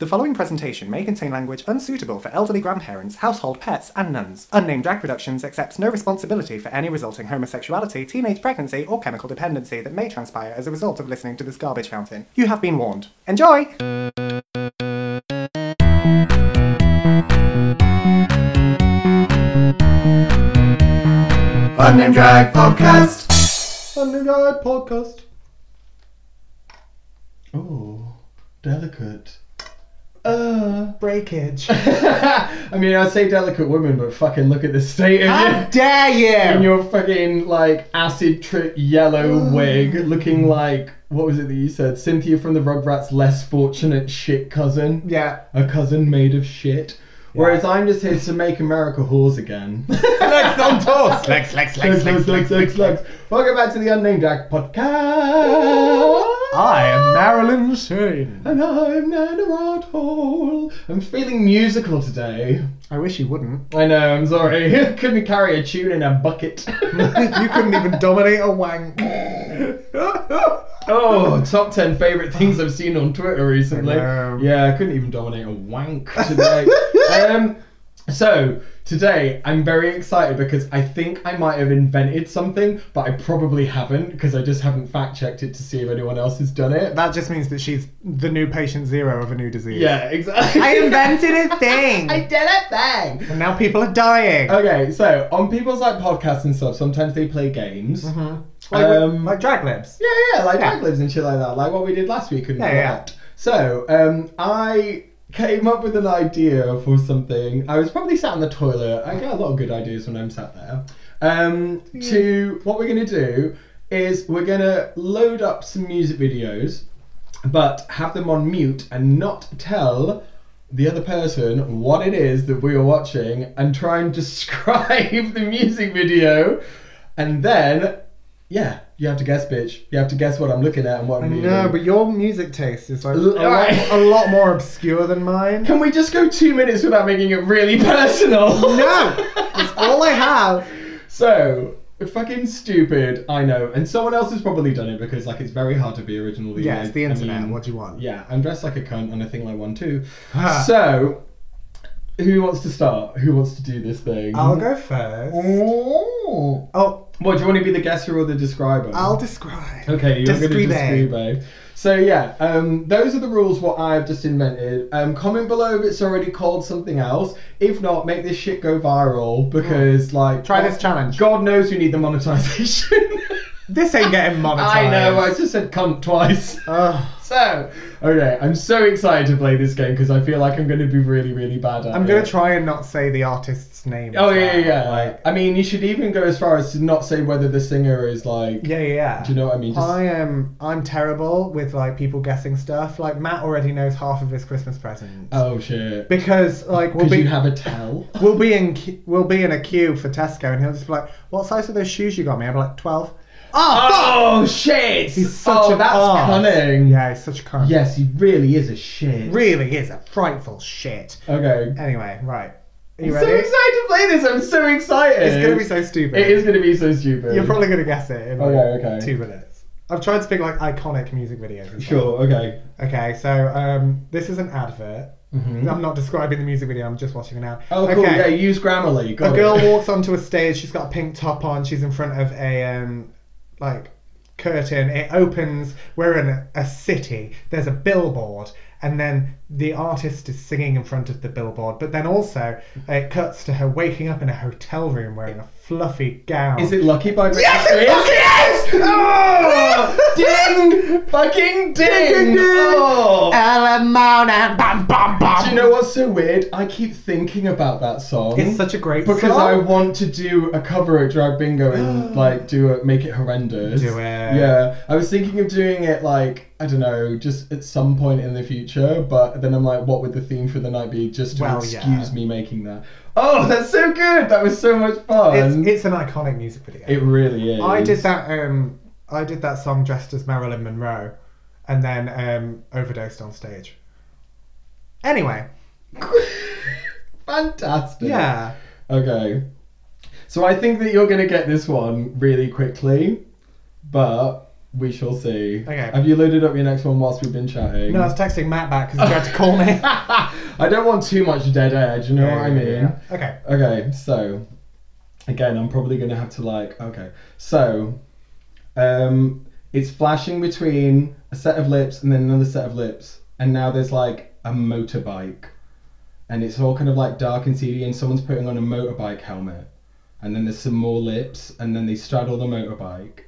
The following presentation may contain language unsuitable for elderly grandparents, household pets, and nuns. Unnamed Drag Productions accepts no responsibility for any resulting homosexuality, teenage pregnancy, or chemical dependency that may transpire as a result of listening to this garbage fountain. You have been warned. Enjoy! Unnamed Drag Podcast! Unnamed Drag Podcast! Oh, delicate. Uh, Breakage. I mean, I'd say delicate woman, but fucking look at the state of How you. dare you! In your fucking like acid trip yellow wig, looking like what was it that you said? Cynthia from the Rugrats' less fortunate shit cousin, yeah. a cousin made of shit. Whereas I'm just here to make America whores again. Lex on tour. Lex, Lex, Slugs, slugs, slugs, slugs, slugs. Welcome back to the Unnamed Jack Podcast. I am Marilyn Shane. And I'm Nana Rodhole. I'm feeling musical today. I wish you wouldn't. I know, I'm sorry. Couldn't carry a tune in a bucket. you couldn't even dominate a wank. oh, top 10 favourite things I've seen on Twitter recently. I know. Yeah, I couldn't even dominate a wank today. um, so, today I'm very excited because I think I might have invented something, but I probably haven't because I just haven't fact checked it to see if anyone else has done it. That just means that she's the new patient zero of a new disease. Yeah, exactly. I invented a thing. I did a thing! And now people are dying. Okay, so on people's like podcasts and stuff, sometimes they play games. Mhm. Like, um, Um, like drag libs. Yeah, yeah, like Yeah. drag libs and shit like that, like what we did last week and Yeah, all yeah. that. So, um, I came up with an idea for something. I was probably sat in the toilet. I get a lot of good ideas when I'm sat there. Um, Hmm. to what we're gonna do is we're gonna load up some music videos, but have them on mute and not tell the other person what it is that we are watching and try and describe the music video and then yeah you have to guess bitch you have to guess what i'm looking at and what i'm reading. No, but your music taste is like a L- lot, alright. a lot more obscure than mine. can we just go two minutes without making it really personal No, it's all I have. so fucking stupid i know and someone else has probably done it because like it's very hard to be original these Yeah, it's days. the I internet. mean, what do you want? yeah i'm dressed like a cunt and i think like one too so who wants to start who wants to do this thing I'll go mm. first. oh Oh, What do you want to be the guesser or the describer? I'll describe. Okay, you're going to Describe. describe. So yeah, um, those are the rules. What I've just invented. Um, comment below if it's already called something else. If not, make this shit go viral because like Try God- this challenge. God knows you need the monetization. This ain't getting monetized. I know. I just said cunt twice. Ugh. So okay, I'm so excited to play this game because I feel like I'm going to be really, really bad at I'm it. gonna try and not say the artist's name. Oh as yeah, well, yeah. yeah. Like, I mean, you should even go as far as to not say whether the singer is like. yeah, yeah, yeah. Do you know what I mean? Just- I am. I'm terrible with like people guessing stuff. Like Matt already knows half of his Christmas presents Oh shit. because like we'll Because be you have a towel. we'll be in que- we'll be in a queue for Tesco, and he'll just be like, "What size are those shoes you got me?" I'll be like, 12. Oh, Oh shit! He's such oh, a that's arse. cunning. Yeah, he's such a cunt. Yes, he really is a shit. Really is a frightful shit. Okay. Anyway, right. Are you I'm so ready? excited to play this. I'm so excited. It's gonna be so stupid. It is gonna be so stupid. You're probably gonna guess it in like Okay, okay. two minutes. I've tried to pick like iconic music videos. and stuff. sure. Okay. Okay, so um, this is an advert. Mhm. I'm not describing the music video. I'm just watching it now. Oh, cool. Yeah, use Grammarly. Got A girl it. walks onto a stage. She's got a pink top on. She's in front of a um, like curtain. It opens. We're in a, a city. There's a billboard, and then the artist is singing in front of the billboard. But then also, it cuts to her waking up in a hotel room wearing a fluffy gown. Is it Lucky by Britney Yes, Spears? it's Lucky, yes! Oh, ding! Fucking ding! Ding, ding. Oh. Alamona, bam, bam, bam. Do you know what's so weird? I keep thinking about that song. It's such a great Because song. I want to do a cover at Drag Bingo and like do it, make it horrendous. Do it. Yeah, I was thinking of doing it like I don't know, just at some point in the future. But then I'm like, what would the theme for the night be? Just to Well, excuse yeah. me making that. Oh, that's so good. That was so much fun. It's, it's an iconic music video. it really is. I did that. Um, I did that song dressed as Marilyn Monroe, and then um, overdosed on stage. Anyway, Fantastic. yeah, Okay. So I think that you're gonna get this one really quickly, but We shall see. Okay. Have you loaded up your next one whilst we've been chatting? No, I was texting Matt back because he tried to call me. I don't want too much dead air. Do you know what I mean? Okay. Okay, so again, I'm probably gonna have to like okay, so um, it's flashing between a set of lips and then another set of lips, and now there's like a motorbike, and it's all kind of like dark and seedy, and someone's putting on a motorbike helmet, and then there's some more lips, and then they straddle the motorbike,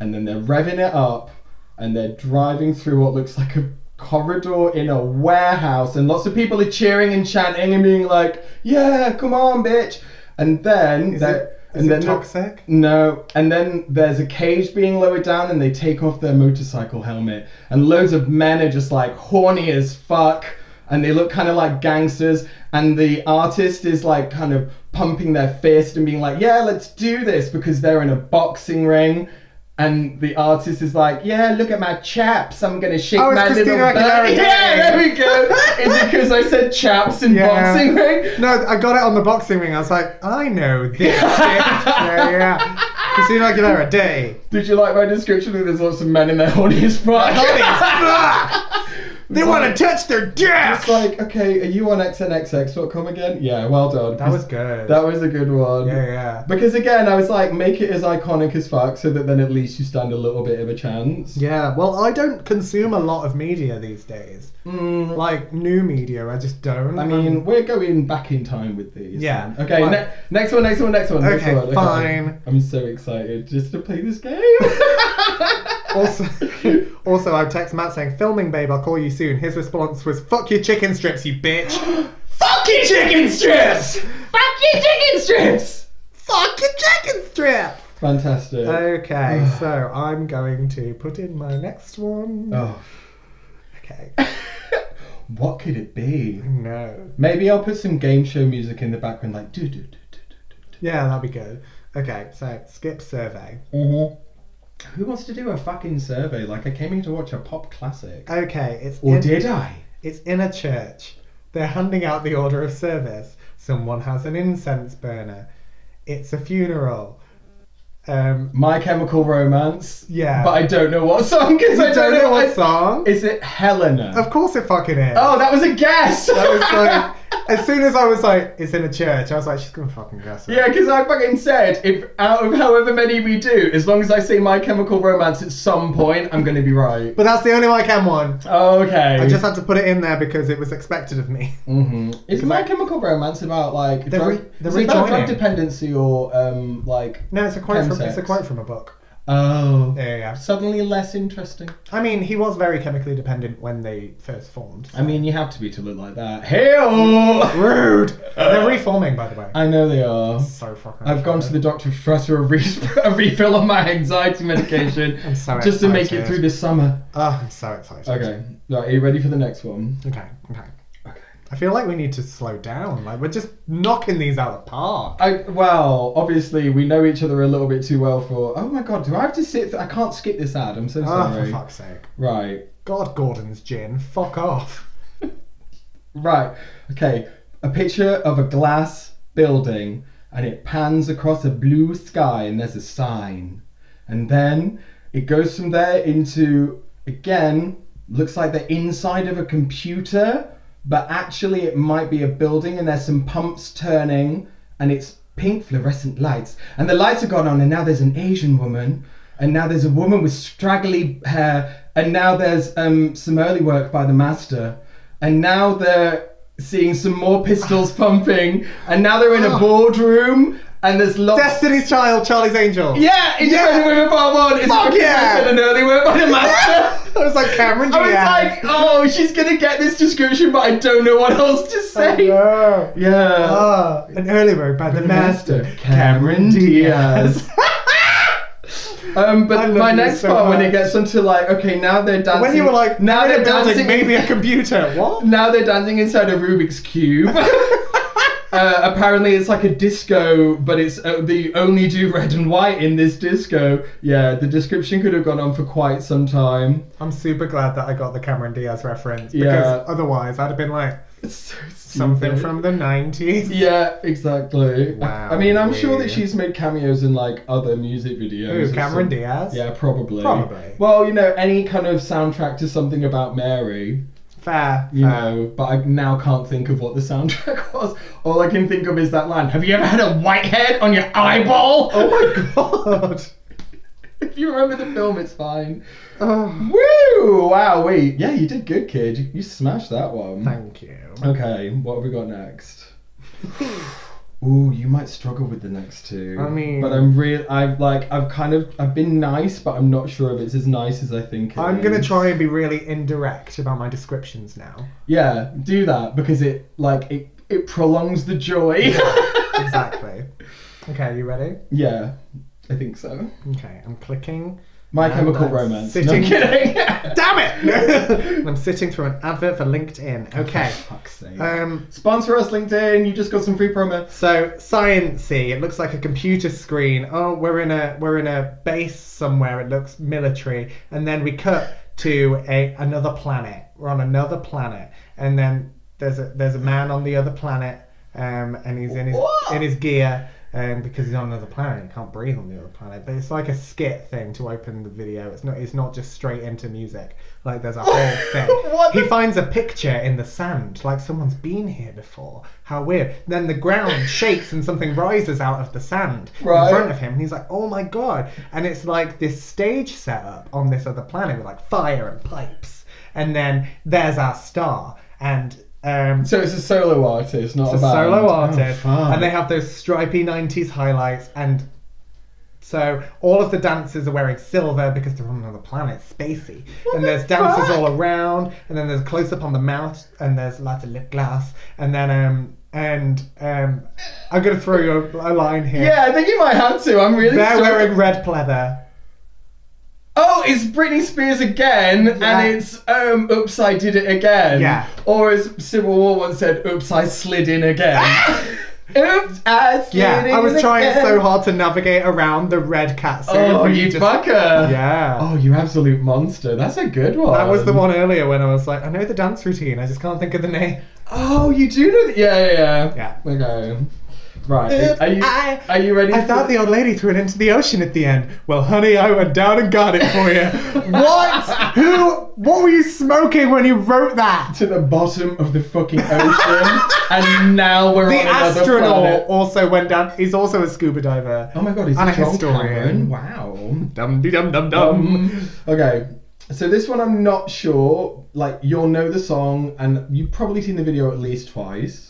and then they're revving it up, and they're driving through what looks like a corridor in a warehouse, and lots of people are cheering and chanting and being like, "Yeah, come on, bitch!" And then Is there- it, and is it then toxic? no, and then there's a cage being lowered down, and they take off their motorcycle helmet, and loads of men are just like horny as fuck, and they look kind of like gangsters, and the artist is like kind of pumping their fist and being like, "Yeah, let's do this," because they're in a boxing ring. And the artist is like, yeah, look at my chaps. I'm gonna shake Oh, it's my little Christina Aguilera butt." doing Yeah, it. there we go. It's because I said chaps in Yeah. boxing ring. No, I got it on the boxing ring. I was like, I know this. shit. yeah, yeah. Christina Aguilera, day. Did you like my description? There's lots of men in their horny as fuck. Holy fuck! They want to touch their dick. It's like, okay, are you on xnxx.com again? Yeah, well done. That was good. That was a good one. yeah, yeah, Because again, I was like, make it as iconic as fuck, so that then at least you stand a little bit of a chance. yeah. Well, I don't consume a lot of media these days. Mm, Like new media, I just don't. I mean, we're going back in time with these. Yeah. man. Okay. Well- Ne- next one. Next one. Next one. next Okay, one. fine. I'm so excited just to play this game. also, also, I text Matt saying, "Filming, babe. I'll call you soon." His response was, "Fuck your chicken strips, you bitch." Fuck your chicken strips. Fuck your chicken strips. Fuck your chicken strip. Fantastic. Uh, Okay, so I'm going to put in my next one. oh. Okay. What could it be? No. Maybe I'll put some game show music in the background, like do do do do do. Yeah, that'd be good. Okay, so skip survey. Who wants to do a fucking survey? Like I came here to watch a pop classic. Okay, it's Or in- did I? It's in a church. They're handing out the order of service. Someone has an incense burner. It's a funeral. Um, My Chemical Romance. Yeah. But I don't know what song because I don't know what what song. song. Is it Helena? Of course it fucking is. oh, that was a guess. I was like, as soon as I was like, it's in a church, I was like, she's gonna fucking guess it. Yeah, because I fucking said if out of however many we do, as long as I say My Chemical Romance at some point, I'm gonna be right. But that's the only I can one. Okay. I just had to put it in there because it was expected of me. Mm-hmm. Is My Chemical Romance about like They're drug, re- they're is it about drug rejoining. dependency or um like No, it's a quote from it's a Chemsex. quote from a book. oh Yeah, yeah, yeah. suddenly less interesting? I mean, he was very chemically dependent when they first formed. I mean, you have to be to look like that. Hey, rude. They're reforming, by the way. I know they are. so fucking. I've gone to the doctor for a, re- a refill on my anxiety medication I'm so just to make it excited. through this summer. Oh, I'm so excited. Okay, right, are you ready for the next one? Okay. Okay. Okay. I feel like we need to slow down. Like we're just knocking these out of the park. I, well, obviously we know each other a little bit too well for. Oh my god, do I have to sit? Th- I can't skip this ad. I'm so Oh, sorry. for fuck's sake. right, God, Gordon's gin. Fuck off. right, okay. A picture of a glass building, and it pans across a blue sky, and there's a sign, and then it goes from there into again. Looks like the inside of a computer, but actually it might be a building, and there's some pumps turning, and it's pink fluorescent lights, and the lights are gone on, and now there's an Asian woman, and now there's a woman with straggly hair, and now there's um, some early work by the master, and now they're seeing some more pistols Ah. pumping, and now they're in a boardroom, and there's lots. Destiny's Child, Charlie's Angels. yeah, it's Yeah. yeah. women part one. It's Fuck a yeah. profession and early work by the master. I was like Cameron. I was yeah. like, oh, she's gonna get this description, but I don't know what else to say. Oh, no. Yeah. Ah, an early road by the, master, Cameron Diaz. um, I but love my you next so part when much. it gets onto like, okay, now they're dancing. when you were like, now they're they're building dancing. maybe a computer. What? Now they're dancing inside a Rubik's cube. Uh, apparently, it's like a disco, but it's uh, the only do red and white in this disco. Yeah, the description could have gone on for quite some time. I'm super glad that I got the Cameron Diaz reference because Yeah. otherwise I'd have been like, It's so Something stupid. from the 90s. Yeah, exactly. Wow, I, I mean, I'm sure that weird. she's made cameos in like other music videos. Ooh, or Cameron some- Diaz. Yeah, probably. Probably. Well, you know, any kind of soundtrack to something about Mary, Fair. you fair. know, but I now can't think of what the soundtrack was. All I can think of is that line Have you ever had a white head on your eyeball? Oh my god. if you remember the film, it's fine. Oh, Woo! Wow, wait. Yeah, you did good, kid. You, you smashed that one. thank you. Okay, what have we got next? Ooh, you might struggle with the next two. I mean- but I'm real. I've like, I've kind of, I've been nice, but I'm not sure if it's as nice as I think. it I'm gonna is. try and be really indirect about my descriptions now. Yeah, do that because it like it it prolongs the joy. Exactly. okay, you ready? yeah, I think so. Okay, I'm clicking. My And Chemical that's Romance. No, sitting- I'm kidding. Damn it! And I'm sitting through an advert for LinkedIn. Okay. For fuck's sake. Um, Sponsor us, LinkedIn. You just got some free promo. so sciency, it looks like a computer screen. Oh, we're in a we're in a base somewhere. It looks military, and then we cut to a another planet. We're on another planet, and then there's a there's a man on the other planet, um, and he's in his Whoa. in his gear, um, because he's on another planet. He can't breathe on the other planet. But it's like a skit thing to open the video. It's not it's not just straight into music. Like there's a whole thing. What he the- finds a picture in the sand, like someone's been here before. How weird. Then the ground shakes and something rises out of the sand Right. in front of him. And he's like, oh my god. And it's like this stage setup on this other planet with like fire and pipes. And then there's our star. And um, So it's a solo artist, not it's a band. solo Oh, artist, fuck. and they have those stripy '90s highlights. And so all of the dancers are wearing silver because they're on another planet, spacey. and the there's dancers fuck? all around, and then there's a close up on the mouth, and there's lots of lip glass, and then um and um, I'm gonna throw you a, a line here. Yeah, I think you might have to. I'm really. They're struggling. wearing red pleather. Oh, it's Britney Spears again, Yeah. and it's um, oops, I did it again. Yeah. Or as Civil War once said, oops, I slid in again. oops, I slid Ah! Yeah, in I was trying again. so hard to navigate around the red cat suit. Oh, but you just- fucker! Yeah. Oh, um, you absolute monster. That's a good one. That was the one earlier when I was like, I know the dance routine, I just can't think of the name. Oh, you do know. Th- yeah, yeah, yeah. Yeah. Okay. Right. Oops, are you I- are you ready? I for- thought the old lady threw it into the ocean at the end. Well, honey, I went down and got it for you. what? Who? What were you smoking when you wrote that? to the bottom of the fucking ocean, and now we're The on another astronaut planet. also went down. He's also a scuba diver. Oh my god, he's And a John historian. Cameron. Wow. Dum dee dum dum Um, okay, so this one I'm not sure. Like you'll know the song, and you've probably seen the video at least twice.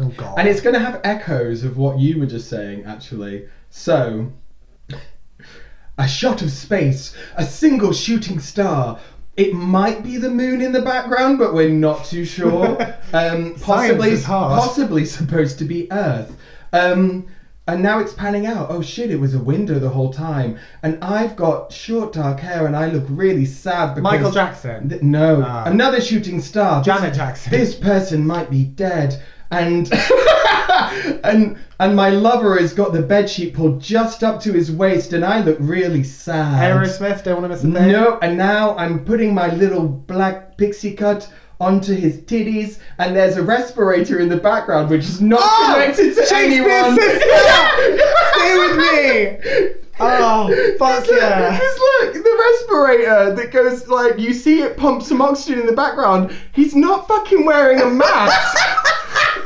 Oh god. And it's going to have echoes of what you were just saying, actually. So, a shot of space, a single shooting star. It might be the moon in the background, but we're not too sure. Um, possibly, is hard. possibly supposed to be Earth. Um, and now it's panning out. Oh shit! It was a window the whole time, and I've got short dark hair, and I look really sad because Michael Jackson. Th- no, Ah. another shooting star. This- Janet Jackson. This person might be dead, and and and my lover has got the bedsheet pulled just up to his waist, and I look really sad. Aerosmith. Don't want to miss a thing. No, and now I'm putting my little black pixie cut onto his titties, and there's a respirator in the background, which is not Oh, connected to Shakespeare's anyone. sister! Stay with me. Oh, fuck Just look- yeah. just look, the respirator that goes like you see it pump some oxygen in the background. He's not fucking wearing a mask.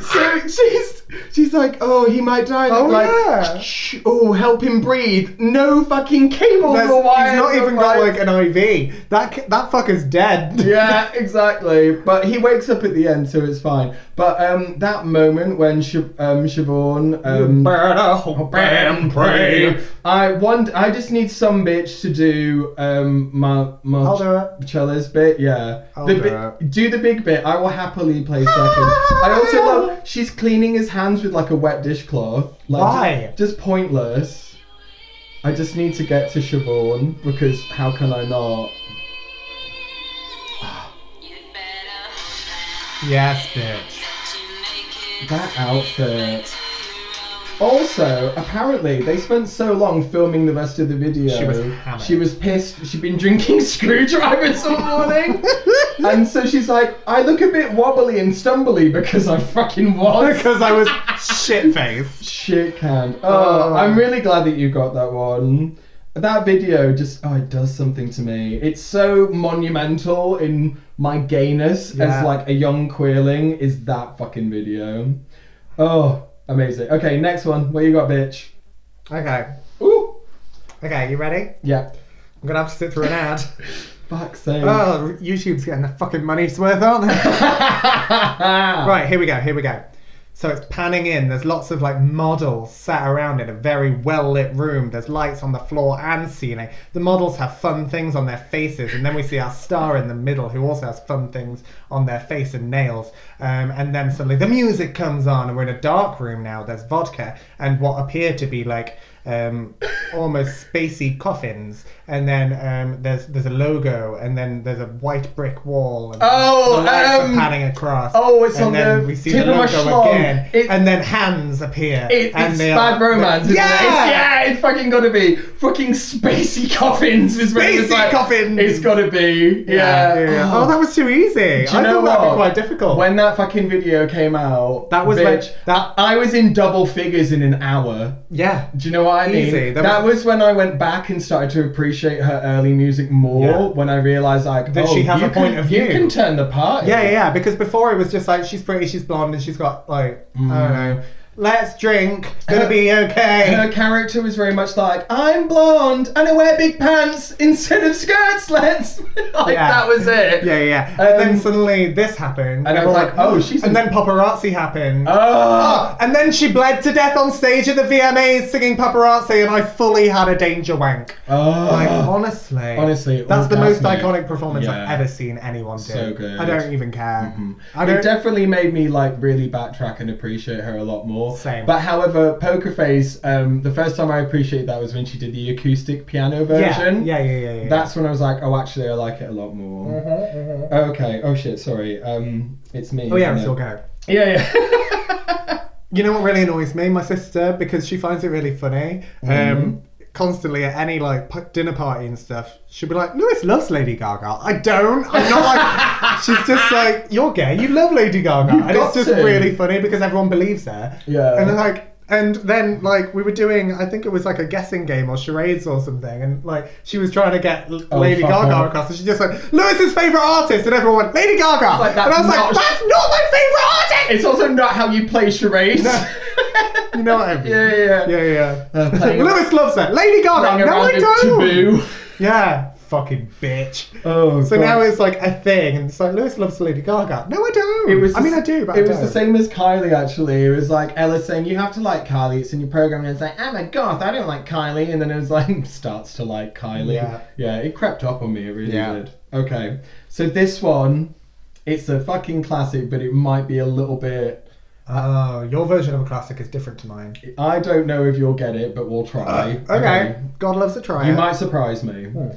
so she's she's like, oh, he might die. Oh, like, yeah. "Shh, oh, help him breathe. No fucking cable There's- or wires. he's not or even got wires. like an IV. That c- that fucker's dead. yeah, exactly. But he wakes up at the end, so it's fine. But um, that moment when Sh- um, Siobhan um, Better hope and pray. I want. I just need some bitch to do um my my I'll do it. Cello's bit. Yeah, I'll the do bit- it. do the big bit. I will happily play second. I also love. She's cleaning his hands with like a wet dishcloth. Like, Why? Just, just pointless. I just need to get to Siobhan because how can I not? You'd better hope Yes, bitch. that you make it That outfit. Oh. through. Also, apparently, they spent so long filming the rest of the video. She was hammered. She was pissed. She'd been drinking screwdrivers all morning. and so she's like, I look a bit wobbly and stumbly because I fucking was. because I was shit faced. Shit canned. Oh, Oh. I'm really glad that you got that one. That video just oh it does something to me. It's so monumental in my gayness Yeah. as like a young queerling is that fucking video. Oh, amazing. Okay, next one. What you got, bitch? Okay. Ooh. Okay, you ready? Yeah. I'm gonna have to sit through an ad. Fuck's sake. Oh, YouTube's getting their fucking money's worth, aren't they? right. Right, here we go, here we go. So it's panning in. There's lots of like models sat around in a very well lit room. There's lights on the floor and ceiling. The models have fun things on their faces, and then we see our star in the middle who also has fun things on their face and nails. Um, and then suddenly the music comes on, and we're in a dark room now. There's vodka and what appear to be like um, almost spacey coffins. And then um, there's there's a logo, and then there's a white brick wall. And Oh, the lights um, are panning across. oh, it's and on then the we see tip the of my logo schlong. again, It- and then hands appear. It, and it's they bad are- romance. isn't it? yeah! It's- yeah, it's fucking gotta be fucking spacey coffins. Is when it's Spacey like, coffins! It's gotta be. Yeah. yeah, yeah. Oh, that was too easy. Do you I know thought that'd what? be quite difficult. When that fucking video came out, That was bitch, like- that- I was in double figures in an hour. yeah, Do you know what I mean? Easy. That, That was, when I went back and started to appreciate her early music more. Yeah. When I realized like, That oh, she has you a point can- of You view. can turn the party. yeah, yeah, yeah. Because before it was just like she's pretty, she's blonde, and she's got like Mm. I don't know. Let's drink. Gonna be Her okay. character was very much like, I'm blonde and I wear big pants instead of skirts. Let's like Yeah. that was it. Yeah, yeah. And Um, then suddenly this happened, and I was everyone like, oh, she's And a- then paparazzi happened. Ah, Oh, And then she bled to death on stage at the VMAs singing paparazzi, and I fully had a danger wank. oh. Like honestly, Honestly, that's the most orgasmic. iconic performance Yeah. I've ever seen anyone do. So good. Mm-hmm. I don't even care. I it don't. definitely made me like really backtrack and appreciate her a lot more. Same. But however, Poker Face, um, the first time I appreciated that was when she did the acoustic piano version. Yeah, yeah, yeah, yeah. yeah. That's when I was like, oh, actually, I like it a lot more. Okay. Oh shit. Sorry. Um, it's me. mm-hmm. Oh yeah, isn't it's it? all go. Yeah, You know what really annoys me? My sister, because she finds it really funny. Mm-hmm. Um, constantly at any like p- dinner party and stuff, she'll be like, "Lewis loves Lady Gaga." I don't. I'm not like. she's just like, "You're gay. You love Lady Gaga," You've and got it's just to. really funny because everyone believes her. Yeah. And then, like, and then like we were doing, I think it was like a guessing game or charades or something, and like she was trying to get L- Oh, Lady fuck Gaga off. across, and she just went, "Lewis's favorite artist," and everyone went, "Lady Gaga," like, and I was that's like, not- "That's not my favorite artist." yeah. It's also not how you play charades. No. You know what I mean? Yeah, yeah, yeah. Yeah, yeah. Uh, playing- Lewis loves that. Lady Running Gaga. No, around I with don't. Taboo. Yeah, fucking bitch. Oh, So God. now it's like a thing, and it's like Lewis loves Lady Gaga. No, I don't. It was. I the mean, I s- do, but it I was the don't. same as Kylie. Actually, it was like Ella saying, "You have to like Kylie. It's in your program." And it's like, "I'm a goth. I don't like Kylie." And then it was like starts to like Kylie. Yeah. Yeah. It crept up on me. It really Yeah. did. Okay. So this one, it's a fucking classic, but it might be a little bit. Oh, your version of a classic is different to mine. I don't know if you'll get it, but we'll try. Uh, Okay. God loves a triad. You might surprise me. Hmm.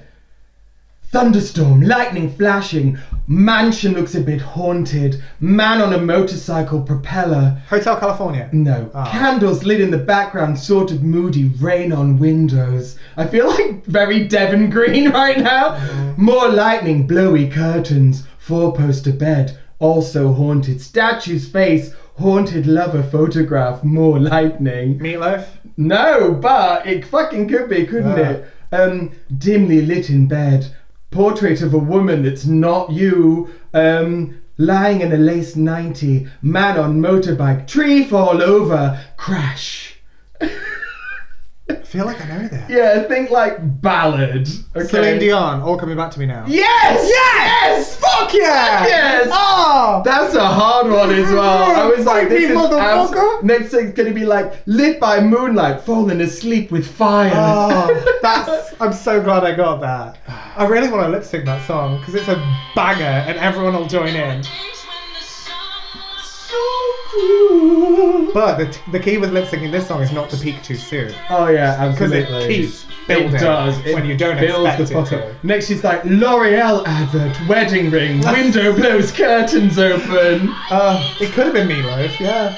Thunderstorm, lightning flashing, mansion looks a bit haunted, man on a motorcycle propeller, Hotel California. No. Ah. Candles lit in the background, sort of moody, rain on windows. I feel like very Devon Green right now. Mm-hmm. More lightning, blowy curtains, four poster bed, also haunted. Statue's face, haunted lover photograph, more lightning. Meatloaf. No, but it fucking could be, couldn't Yeah. it? Um, dimly lit in bed, portrait of a woman that's not you. Um, lying in a lace ninety, man on motorbike, tree fall over, crash. I feel like I know that. Yeah, think like ballad. Okay. Celine Dion. All coming back to me now. Yes! Yes! Fuck yeah! Yes! Oh. That's a hard one as well. I was like, this is abs- Motherfucker. next thing's gonna be like lit by moonlight, falling asleep with fire. Oh, that's. I'm so glad I got that. I really want to lip sync that song because it's a banger and everyone will join in. Days when the sun was But the, the key with lip syncing this song is not to peak too soon Oh yeah, because absolutely. it keeps building It does. It when you don't builds expect it the fuck to. up. Next, she's like L'Oreal advert, wedding ring, window blows curtains open. Uh, it could have been Meatloaf, yeah.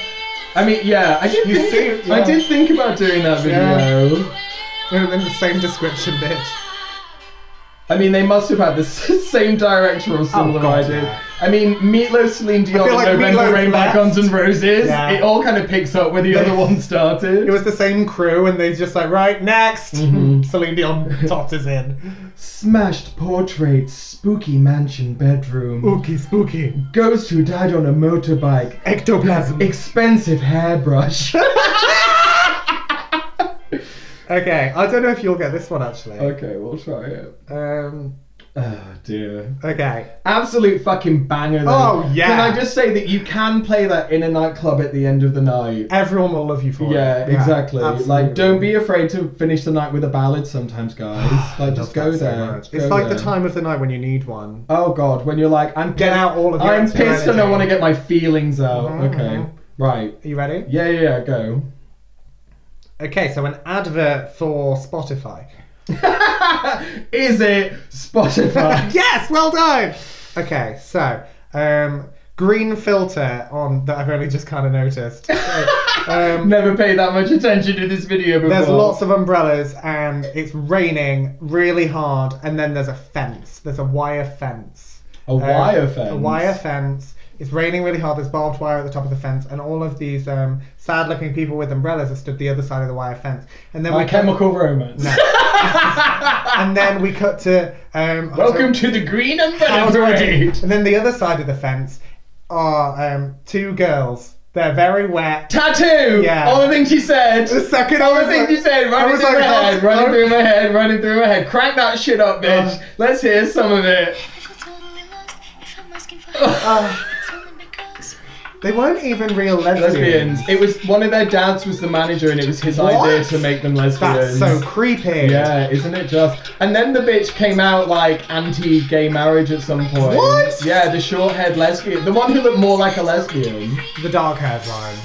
I mean, yeah, I did. You Think, see- I yeah. did think about doing that video. It would have been the same description, bitch. I mean, they must have had the s- same director or similar Oh, God, ideas. yeah. I mean, Meatloaf, Celine Dion, feel like November Meatloaf Rain by left. Guns N' Roses. Yeah. It all kind of picks up where the other one started. It was the same crew, and they just like, right, next! Mhm. Celine Dion totters in. Smashed portrait, spooky mansion bedroom. Ookie spooky. Ghost who died on a motorbike. Ectoplasm. Expensive hairbrush. okay, I don't know if you'll get this one actually. okay, we'll try it. Um, Oh dear. okay. Absolute fucking banger though. Oh, yeah. Can I just say that you can play that in a nightclub at the end of the night? Everyone will love you for Yeah, it. exactly. absolutely. Like, don't be afraid to finish the night with a ballad sometimes, guys. I Like, love just go that so there. much. Go It's like there. the time of the night when you need one. Oh god, when you're like, I'm Get pissed- out all of your I'm extra pissed and I energy. want to get my feelings out. Mhm, mhm. Okay, right. Are you ready? Yeah, yeah, yeah. Go. Okay, so an advert for Spotify. Is it Spotify? yes, well done. Okay, so um, green filter on that I've only just kind of noticed. So, um, Never paid that much attention to this video before. There's lots of umbrellas and it's raining really hard, and then there's a fence. There's a wire fence. a wire fence. Um, A wire fence. It's raining really hard. There's barbed wire at the top of the fence, and all of these um, sad-looking people with umbrellas are stood the other side of the wire fence. And then My we cut- Chemical Romance. and then we cut to um, Welcome to the Green How Umbrella do I do? Parade. And then the other side of the fence are um, two girls. They're very wet. Tattoo. Yeah. All the things you said. The second All I was the things like- you said. I Running was through my like, oh, head. Running oh. through my head. Running through my head. Crank that shit up, bitch. Oh. Let's hear some of it. I feel totally lost if I'm asking for Oh. help. It's only because uh, They weren't even real lesbians. lesbians. It was one of their dads was the manager, and it was his What? idea to make them That's lesbians. so creepy. Yeah, isn't it just? And then the bitch came out like anti-gay marriage at some point. What? Yeah, the short-haired lesbian, the one who looked more like a lesbian. The dark haired one.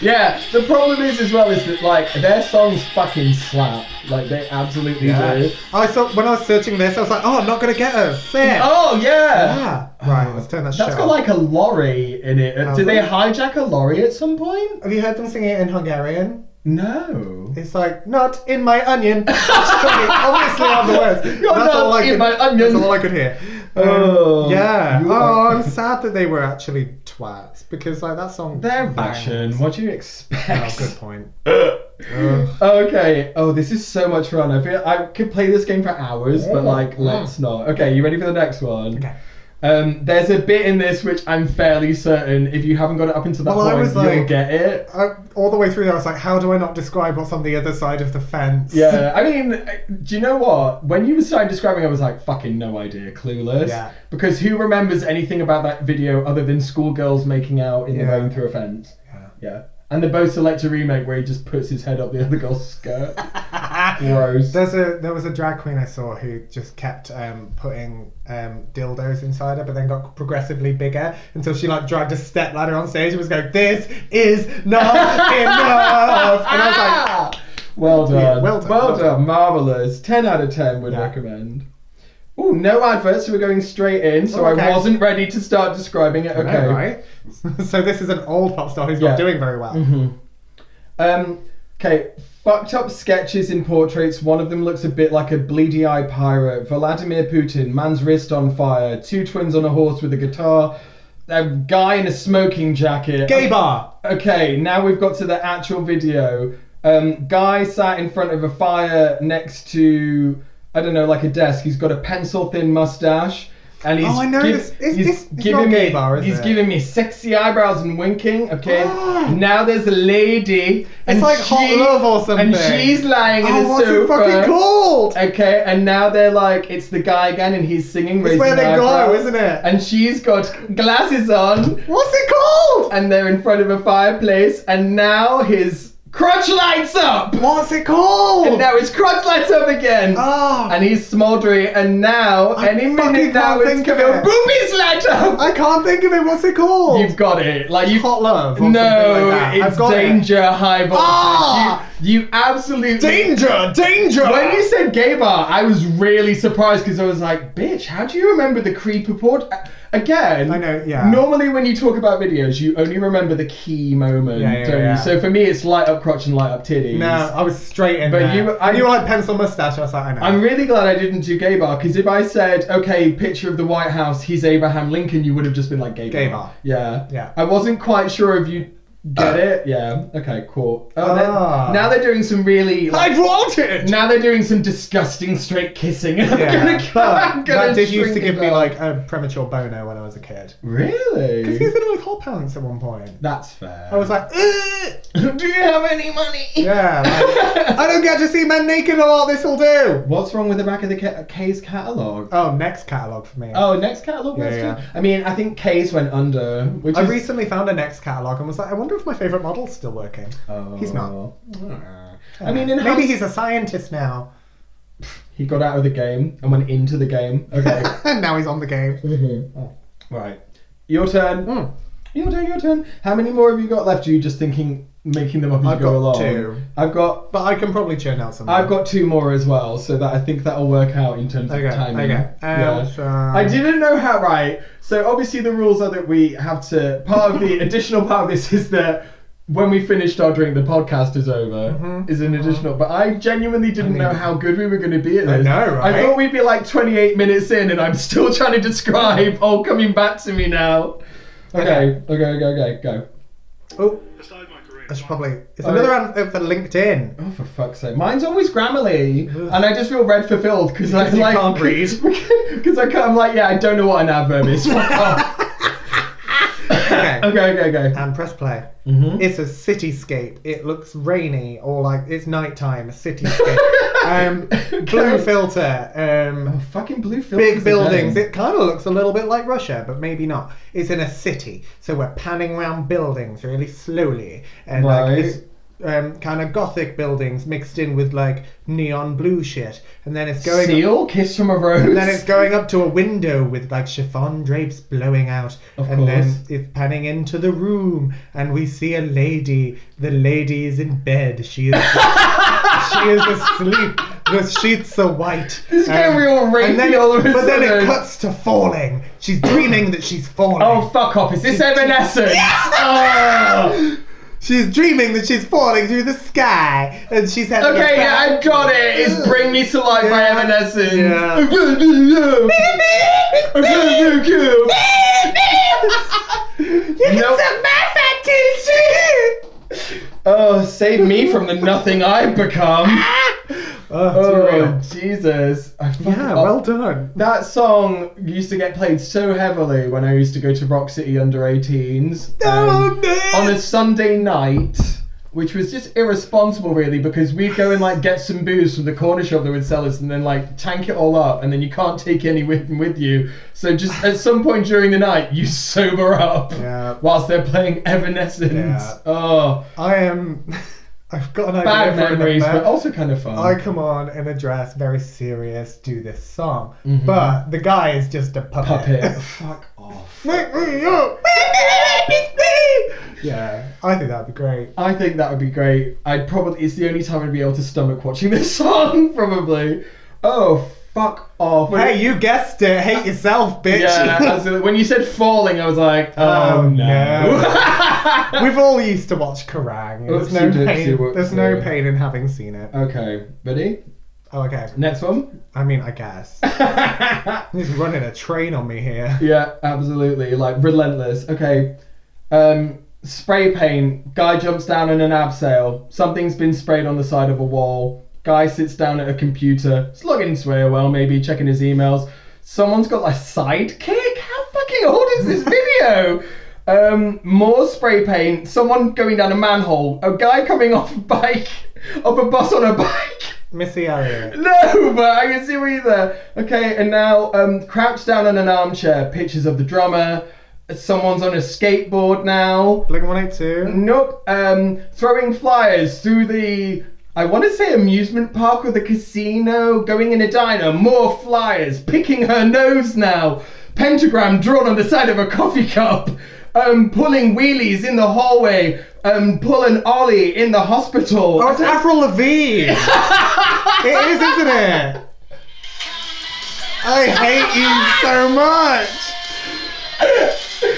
Yeah, the problem is as well is that like their songs fucking slap. Like they absolutely do. I saw when I was searching this, I was like, oh, I'm not gonna get her. Fair. Oh yeah. Oh, Yeah. Right, let's turn that shit That's got off. like a lorry in it. Has Did they it? hijack a lorry at some point? Have you heard them singing it in Hungarian? No. It's like not in my onion. Sorry, obviously, I'm the worst. You're that's not all I in could, my onion. That's all I could hear. Um, Oh, yeah. you Oh, are- I'm sad that they were actually twats because like that song. They're bangs. fashion. What do you Oh, expect? good point. Uh, Ugh. okay. Oh, this is so much fun. I feel I could play this game for hours, but Yeah. like, let's not. Okay, you ready for the next one? Okay. Um, there's a bit in this which I'm fairly certain if you haven't got it up until that Well, I point, was you'll like- get it. I, all the way through there, I was like, how do I not describe what's on the other side of the fence? Yeah, I mean, I- do you know what? When you started describing, I was like, fucking no idea, clueless. Yeah. Because who remembers anything about that video other than schoolgirls making out in the Yeah. rain through a fence? Yeah. Yeah. And the Bo Selector remake where he just puts his head up the other girl's skirt. Gross. There's a there was a drag queen I saw who just kept um, putting um, dildos inside her, but then got progressively bigger until she like dragged a step ladder on stage and was going, "This is not enough," and I was like, well done. Yeah, well well done. done. Marvelous. 10 out of 10 would Yeah. recommend. Oh, no adverts, so we're going straight in, so Oh, okay. I wasn't ready to start describing it. Okay. "Okay, right." so this is an old pop star who's Yeah. not doing very well. Mhm. Um, okay. Fucked up sketches in portraits. One of them looks a bit like a bleedy eye pirate. Vladimir Putin, man's wrist on fire. Two twins on a horse with a guitar. A guy in a smoking jacket. Gay bar. Okay, now we've got to the actual video. Um, guy sat in front of a fire next to, I don't know, like a desk. He's got a pencil thin mustache. And he's Oh, I know giv- this- it's- he's this- it's giving not me, gay bar, is He's it? giving me sexy eyebrows and winking. Okay. Ah. Now there's a lady. and It's like hot she- love or something. And she's lying in oh, a what's sofa. it fucking called? Okay, and now they're like, it's the guy again, and he's singing. It's where raising they an glow, eyebrow. isn't it? And she's got glasses on what's it called? and they're in front of a fireplace, and now his crotch lights up! What's it called? And now his crotch lights up again! Ah. And he's smoldery, and now, I any minute fucking now, can't it's think of coming, it. boobies light up! I can't think of it. What's it called? You've got it. Like, you. hot love. Or something No, like that. I've it's got It. danger, high voltage. Ah. You, you absolutely. Danger, danger. When you said gay bar, I was really surprised because I was like, bitch, how do you remember the creepy port? Again, I know, yeah. Normally, when you talk about videos, you only remember the key moment, Yeah, yeah, don't yeah. you? So for me, it's light up crotch and light up titties. No, I was straight in But there. you- I knew I had pencil mustache. I was like, I know. I'm really glad I didn't do gay bar because if I said, okay, picture of the White House, he's Abraham Lincoln, you would have just been like gay bar. Gay bar. Yeah. Yeah. I wasn't quite sure if you get it. Yeah. Okay, cool. Oh, they- Ah. now they're doing some really. Like, I wanted. now they're doing some disgusting straight kissing. and I'm gonna, Yeah, I'm but gonna that did shrink used to it give me down. like a premature boner when I was a kid. Because he was Really? in with hot pants at one point. That's fair. I was like, Ugh! do you have any money? yeah, like, I don't get to see men naked a lot. This will do. What's wrong with the back of the ca- K's catalogue? Oh, next catalog for me. Oh, next catalogue. Yeah, West yeah. Coast? I mean, I think K's went under, which I is recently found a next catalog and was like, I wonder if my favorite model's still working. Oh. He's not. Mm. I mean, in maybe House- he's a scientist now, he got out of the game and went into the game. Okay. and now he's on the game. Oh. Right. Your turn. Mm. Your turn. Your turn. How many more have you got left? You just thinking, making them up as I've you go got along. two. I've got. But I can probably churn out some. I've got two more as well, so that I think that'll work out in terms Okay. of timing. Okay. Um, Yeah. so- I didn't know how. Right. So obviously the rules are that we have to. Part of the additional part of this is that when we finished our drink, the podcast is over. Mhm. Is an additional. But I genuinely didn't mean- know how good we were going to be at I this. know, I right? thought we'd be like 28 minutes in, and I'm still trying to describe. All coming back to me now. Okay. Okay. Okay. Okay. Go. Oh, Aside my career, I should probably. It's Oh. another round for LinkedIn. Oh, for fuck's sake. Mine's always Grammarly, Ugh. and I just feel red fulfilled because I you like. can't read. Because I can't, I'm like, yeah, I don't know what an adverb is. Fuck off. Okay. Um, okay, okay, okay. And press play. Mm-hmm. It's a cityscape. It looks rainy or like it's nighttime. A cityscape. um, Blue filter. Um, Oh, fucking blue filters. big buildings. again. It kind of looks a little bit like Russia, but maybe not. It's in a city, so we're panning round buildings really slowly, and Right. like it's um, kind of gothic buildings mixed in with like neon blue shit, and then it's going. Seal, kiss from a rose. And then it's going up to a window with like chiffon drapes blowing out, Of and course. then it's panning into the room, and we see a lady. The lady is in bed. She is she is asleep. The sheets are white. This is getting real um, rapey and then it- all of a But then sudden. it cuts to falling. She's dreaming that she's falling. Oh, fuck off. Is this Evanescence? Oh. She's dreaming that she's falling through the sky, and she's having a Okay, yeah, bad- I've got it. It's Bring Me to Life by Yeah. Evanescence. Yeah. I'm gonna do you. You can Nope. suck my fat tissue. Oh, save me from the nothing I've become. Oh, Ah. Oh, Jesus. I fucking- yeah, well done. That song used to get played so heavily when I used to go to Rock City under 18s. Oh, um, on a Sunday night, which was just irresponsible, really, because we'd go and like get some booze from the corner shop that would sell us, and then like tank it all up, and then you can't take any with with you. So just at some point during the night, you sober up Yeah. whilst they're playing Evanescence. Yeah. Oh, I am. I've got an idea bad for an memories, event. but also kind of fun. I come on in a dress, very serious, do this song, Mhm. but the guy is just a puppet. Puppet. Fuck off. Make me up. yeah, Yeah. I think that'd be great. I think that would be great. I'd probably it's the only time I'd be able to stomach watching this song, probably. Oh fuck off. When- Hey, you guessed it. Hate yourself, bitch. Yeah, absolutely. when you said falling, I was like, oh, Oh, no. We've all used to watch Kerrang. There's no Oopsie pain. doopsie, There's no whoopsie. pain in having seen it. okay, ready? Oh, okay. Next one. I mean, I guess. He's running a train on me here. yeah, absolutely. Like relentless. Okay. Um spray paint. Guy jumps down in an ab sale. Something's been sprayed on the side of a wall. Guy sits down at a computer. He's logging into AOL maybe, checking his emails. Someone's got like a sidekick? How fucking old is this video? Um, more spray paint, someone going down a manhole, a guy coming off a bike, off a bus on a bike. Missy Elliott. No, but I can see where you're there. Okay, and now um, crouched down in an armchair. Pictures of the drummer. Someone's on a skateboard now. Blink 182. Nope. Um, throwing flyers through the. I want to say amusement park or the casino. Going in a diner. More flyers. Picking her nose now. Pentagram drawn on the side of a coffee cup. Um, pulling wheelies in the hallway. Um, pulling ollie in the hospital. Oh, it's Avril Lavigne. it is, isn't it? I hate you so much.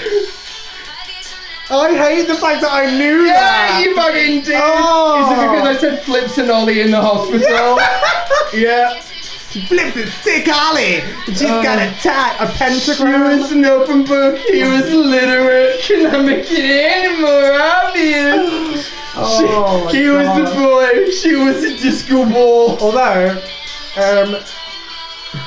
I hate the fact that I knew Yeah, that. you fucking did. Oh. Is it because I said flips and Ollie in the hospital? yeah. Flip is sick, Ollie. She's Oh. got a tat, a She pentagram. was an open book. He was literate. Can I make it any more obvious? She- Oh, my he was the God. boy. She was a disco ball. Although, um,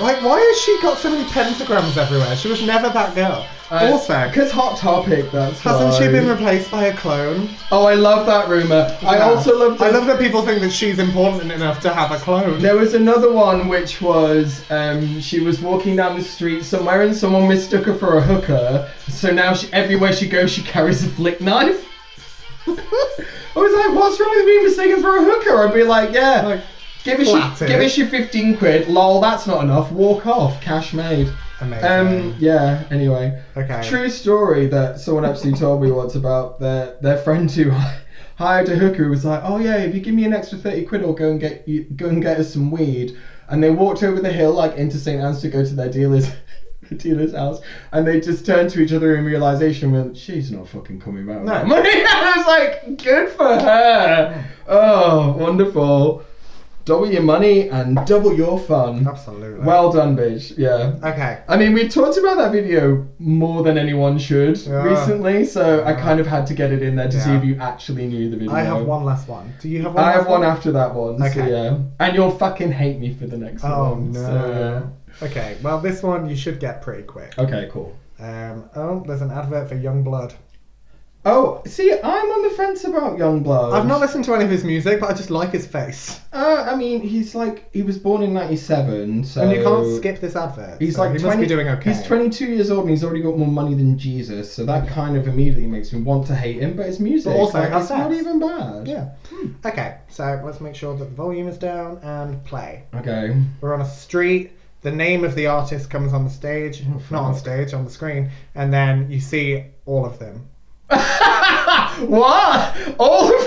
like, why has she got so many pentagrams everywhere? She was never that girl. also, because hot topic. That's hasn't she why. been replaced by a clone? Oh, I love that rumor. I Yeah. also love. I the- love that people think that she's important enough to have a clone. There was another one which was um, she was walking down the street somewhere and someone mistook her for a hooker. So now she, everywhere she goes, she carries a flick knife. I was like, what's wrong with being mistaken for a hooker? I'd be like, yeah, Like, give us flattered. your, give us your fifteen quid. Lol, that's not enough. Walk off, cash made. Amazing. Um, yeah. Anyway, okay. True story that someone actually told me once about their their friend who hired a hooker who was like, "Oh yeah, if you give me an extra thirty quid, I'll go and get you go and get us some weed." And they walked over the hill like into St Anne's to go to their dealer's dealer's house, and they just turned to each other in realization, "Went, she's not fucking coming back." with No. that money. And I was like, "Good for her." Oh, wonderful. Double your money and double your fun. Absolutely. Well done, bitch. Yeah. Okay. I mean, we've talked about that video more than anyone should Yeah. recently, so I Yeah. kind of had to get it in there to see Yeah. if you actually knew the video. I have one last one. Do you have one? I last have one after that one, so Okay. yeah. And you'll fucking hate me for the next one. Oh no. So, Okay. Well, this one you should get pretty quick. yeah. Okay, cool. Um. Oh, there's an advert for Youngblood. Oh, see, I'm on the fence about Youngblood. I've not listened to any of his music, but I just like his face. Uh, I mean, he's like he was born in '97, so and you can't skip this advert. He's so like he 20, must be doing okay. He's 22 years old and he's already got more money than Jesus, so that kind of immediately makes me want to hate him. But it's music, But also like, has it's not sex. even bad. Yeah. Okay. So let's make sure that the volume is down and play. Okay. We're on a street. The name of the artist comes on the stage, not on Oh, fuck. stage, on the screen, and then you see all of them. what? All of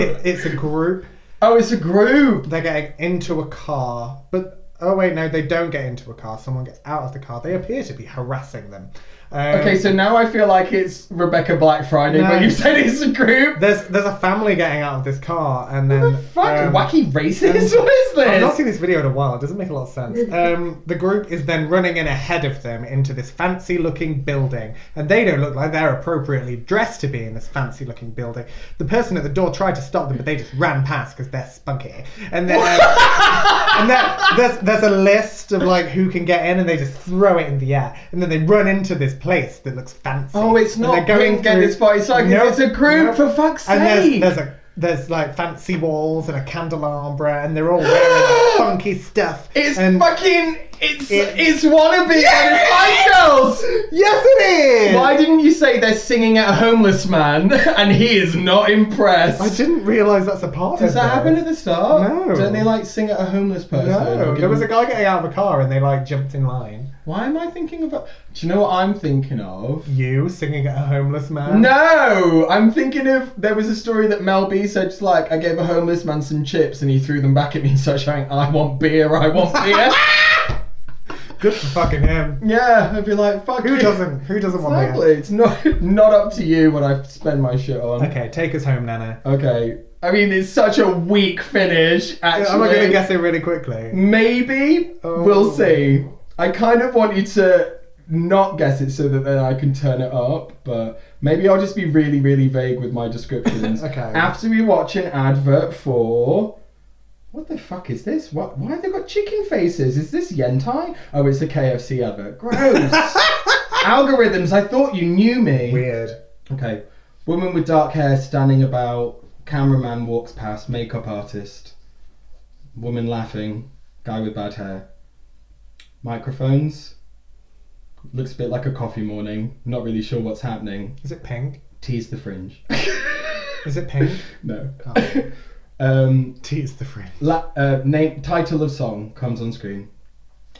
It, it's a group. oh, it's a group. They're getting into a car, but oh wait, no, they don't get into a car. Someone gets out of the car. They appear to be harassing them. Um, Okay, so now I feel like it's Rebecca Black Friday, No. but you said it's a group. there's there's a family getting out of this car, and then What the fuck? um, Wacky racist? um, what is I've not this? seen this video in a while. It doesn't make a lot of sense. Um, the group is then running in ahead of them into this fancy-looking building, and they don't look like they're appropriately dressed to be in this fancy-looking building. The person at the door tried to stop them, but they just ran past because they're spunky. And then, um, and then there's there's a list of like who can get in, and they just throw it in the air, and then they run into this place that looks fancy. Oh, it's And not they're going get through- this by cycles. Nope, It's a group nope. for fuck's sake. And there's, there's a there's like fancy walls and a candelabra, and they're all wearing like, funky stuff. it's and fucking. It's It- it's wannabe and it's Spice Girls. yes, it is. Why didn't you say they're singing at a homeless man and he is not impressed? I didn't realize that's a part Does of that this. happen at the start? No. Don't they like sing at a homeless person? No, Give there was a them- guy getting out of a car, and they like jumped in line. Why am I thinking about? Do you know what I'm thinking of? You singing at a homeless man. No, I'm thinking of. There was a story that Mel B said, just like, I gave a homeless man some chips and he threw them back at me and started shouting, I want beer, I want beer. good for fucking him. yeah, I'd be like, fuck Who you. doesn't? Who doesn't want Exactly. that? It's not not up to you what I spend my shit on. Okay, take us home, Nana. Okay. I mean, it's such a weak finish, actually. I'm not gonna guess it really quickly. Maybe. Oh. We'll see. I kind of want you to not guess it so that then I can turn it up, but maybe I'll just be really, really vague with my descriptions. Okay. After we watch an advert for. What the fuck is this? What? Why have they got chicken faces? Is this Yentai? Oh, it's a KFC advert. Gross. Algorithms, I thought you knew me. Weird. Okay. Woman with dark hair standing about. Cameraman walks past. Makeup artist. Woman laughing. Guy with bad hair. Microphones. Looks a bit like a coffee morning. Not really sure what's happening. Is it pink? Tease the fringe. Is it pink? no. Oh. um, Tease the friend. la- uh, name title of song comes on screen.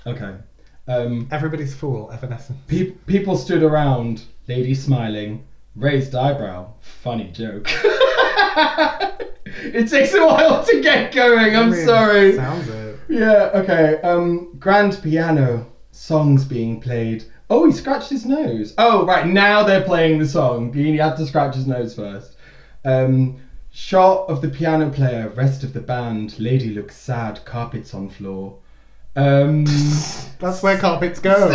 Okay. Um, Everybody's fool, Evanescence. Pe- people stood around, lady smiling, raised eyebrow, funny joke. it takes a while to get going, I'm Really sorry. Sounds it. Yeah, okay. Um grand piano, songs being played. Oh, he scratched his nose. Oh, right, now they're playing the song. He had to scratch his nose first. Um, shot of the piano player, rest of the band, lady looks sad, carpets on floor. Um, That's where carpets go. no,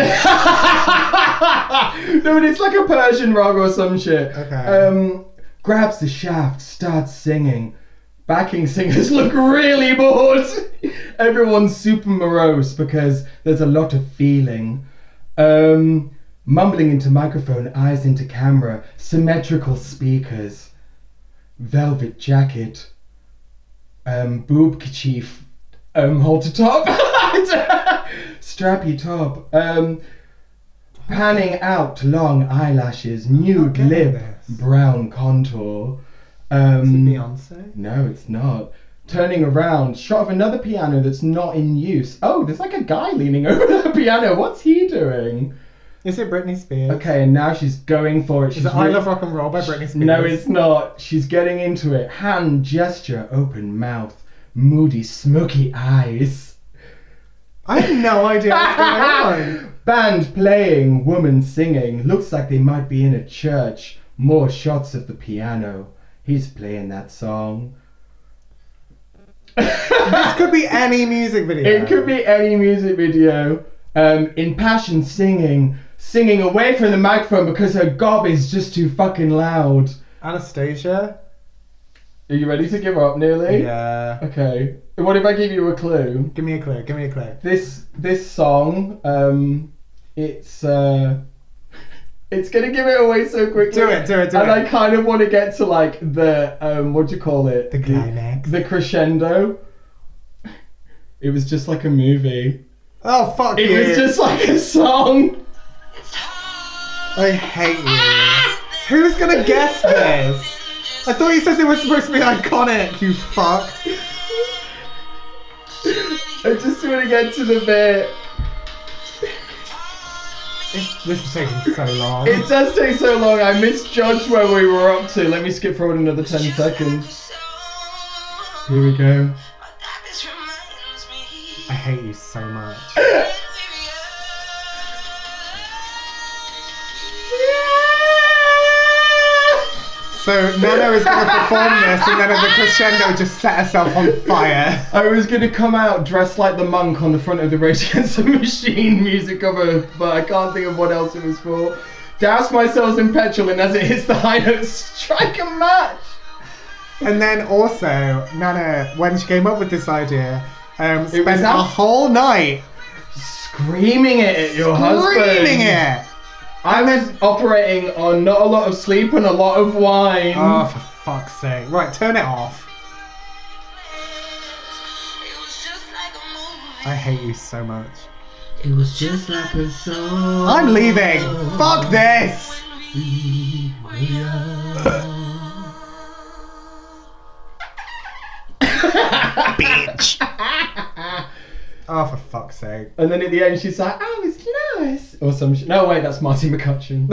but it's like a Persian rug or some shit. Okay. Um, grabs the shaft, starts singing. Backing singers look really bored. Everyone's super morose because there's a lot of feeling. Um, mumbling into microphone, eyes into camera, symmetrical speakers, velvet jacket, um, boob kerchief, um, halter top, strappy top. Um, Panning out long eyelashes, nude getting lip, this. brown contour. Um, Beyonce. no, it's not. Turning around, shot of another piano that's not in use. Oh, there's like a guy leaning over the piano. What's he doing? Is it Britney Spears? Okay, and now she's going for it. Is She's it I re- Love Rock and Roll by Britney Spears? No, it's not. She's getting into it. Hand gesture, open mouth, moody, smoky eyes. I have no idea what's going on. Band playing, woman singing. Looks like they might be in a church. More shots of the piano. He's playing that song. This could be any music video. It could be any music video. Um, impassioned singing, singing away from the microphone because her gob is just too fucking loud. Anastasia. Are you ready to give up, nearly? Yeah. Okay. What if I give you a clue? Give me a clue. Give me a clue. This this song, um, it's uh, it's gonna give it away so quickly. Do it. Do it. Do and I it. kind of want to get to like the um, what do you call it? The climax. the crescendo. It was just like a movie. Oh fuck It you! was just like a song. I hate you. Who's gonna guess this? I thought you said it was supposed to be iconic. You fuck. I just want to get to the bit. It's, this is taking so long. It does take so long. I misjudged where we were up to. Let me skip forward another 10 seconds. Here we go. I hate you so much. So Nana is gonna perform this, and then at the crescendo, just set herself on fire. I was gonna come out dressed like the monk on the front of the Rage Against the Machine music cover, but I can't think of what else it was for. Douse myself in petrol, and as it hits the high notes, strike a match. And then also, Nana, when she came up with this idea, um, spent a out- whole night Screaming it at your husband. screaming it. I was operating on not a lot of sleep and a lot of wine. Oh, for fuck's sake! Right, turn it off. I hate you so much. It was just like a song. I'm leaving. Fuck this. Oh, for fuck's sake. And then at the end, she's like, "Oh, it's nice," or some shit. No, wait, that's Marty McCutcheon.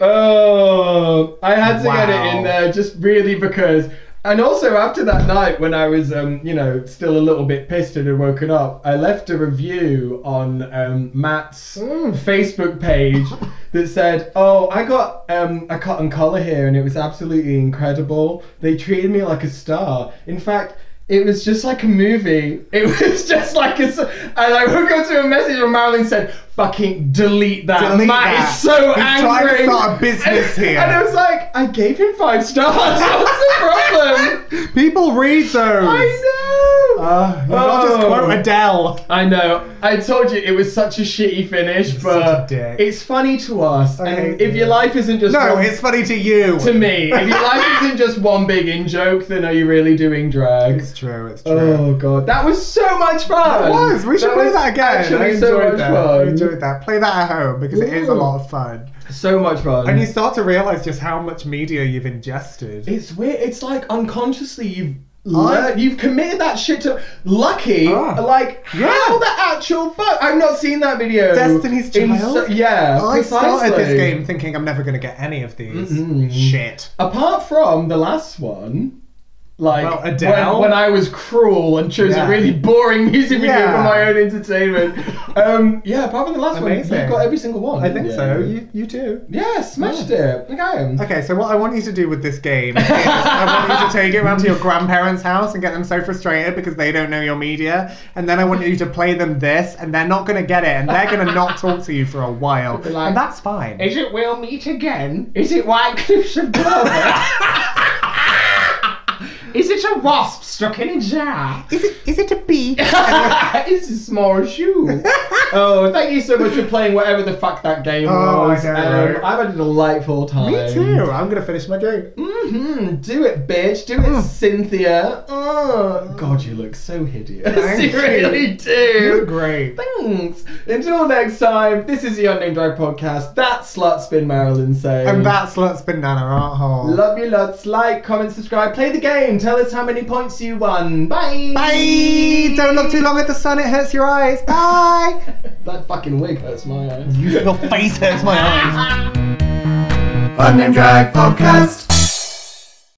oh, I had to get it Wow. in there just really because. And also after that night, when I was, um, you know, still a little bit pissed and had woken up, I left a review on um, Matt's Facebook page that said, "Oh, I got um, a cut and collar here, and it was absolutely incredible. They treated me like a star. In fact." It was just like a movie. It was just like a. s- And I woke up to a message from Marilyn said, "Fucking delete that. Delete Matt that. is so He's trying to angry. start a business And- here. And I was like, I gave him five stars. What's the problem? People read those. I know. Uh, you can't just Oh. quote Adele. I know. I told you it was such a shitty finish, such but a dick. it's funny to us. I And hate if you. your life isn't just No, one- it's funny to you. to me, if your life isn't just one big in joke, then are you really doing drag? It's true. It's true. Oh god, that was so much fun. It was. We should play was that again. I Actually, enjoyed so much that. fun. I enjoyed that. Play that at home because it is a Ooh. lot of fun. So much fun. And you start to realize just how much media you've ingested. It's weird. It's like unconsciously you've I- learned, you've committed that shit to Lucky. Ah. like Yeah. how the actual fuck? I've not seen that video. Destiny's In Child? so- yeah, I started precisely. this game thinking I'm never going to get any of these. Mm-mm. Shit. Apart from the last one, Like Well, when- Adele? When, I was cruel and chose Yeah. a really boring music video Yeah. for my own entertainment. um, yeah, apart from the last Amazing. one, you got every single one. I think didn't so. You, you too. Yeah, smashed it. Okay. Okay, so what I want you to do with this game is I want you to take it round to your grandparents' house and get them so frustrated because they don't know your media, and then I want you to play them this, and they're not going to get it, and they're going to not talk to you for a while, Be like, and that's fine. Is it we'll meet again? Is it white cliffs of Dover? Is it a wasp stuck in a jar? Is it is it a bee? it's a small shoe. oh, thank you so much for playing whatever the fuck that game Oh, was. Um, I know. I've had a delightful time. Me too. I'm gonna finish my drink. hmm Do it, bitch. Do it, Mm. Cynthia. Oh, God, you look so hideous. Thank you you. really do. You're great. Thanks. Until next time, this is the Unnamed Drive podcast. That's Slutspin Marilyn saying. And that's Lutz Banana Oh. Art Hall. Love you lots. Like, comment, subscribe, play the game. Tell us how many points you won. Bye. Bye! Don't look too long at the sun, it hurts your eyes. Bye! That fucking wig hurts my eyes. Your face hurts my eyes. Unnamed Drag Podcast.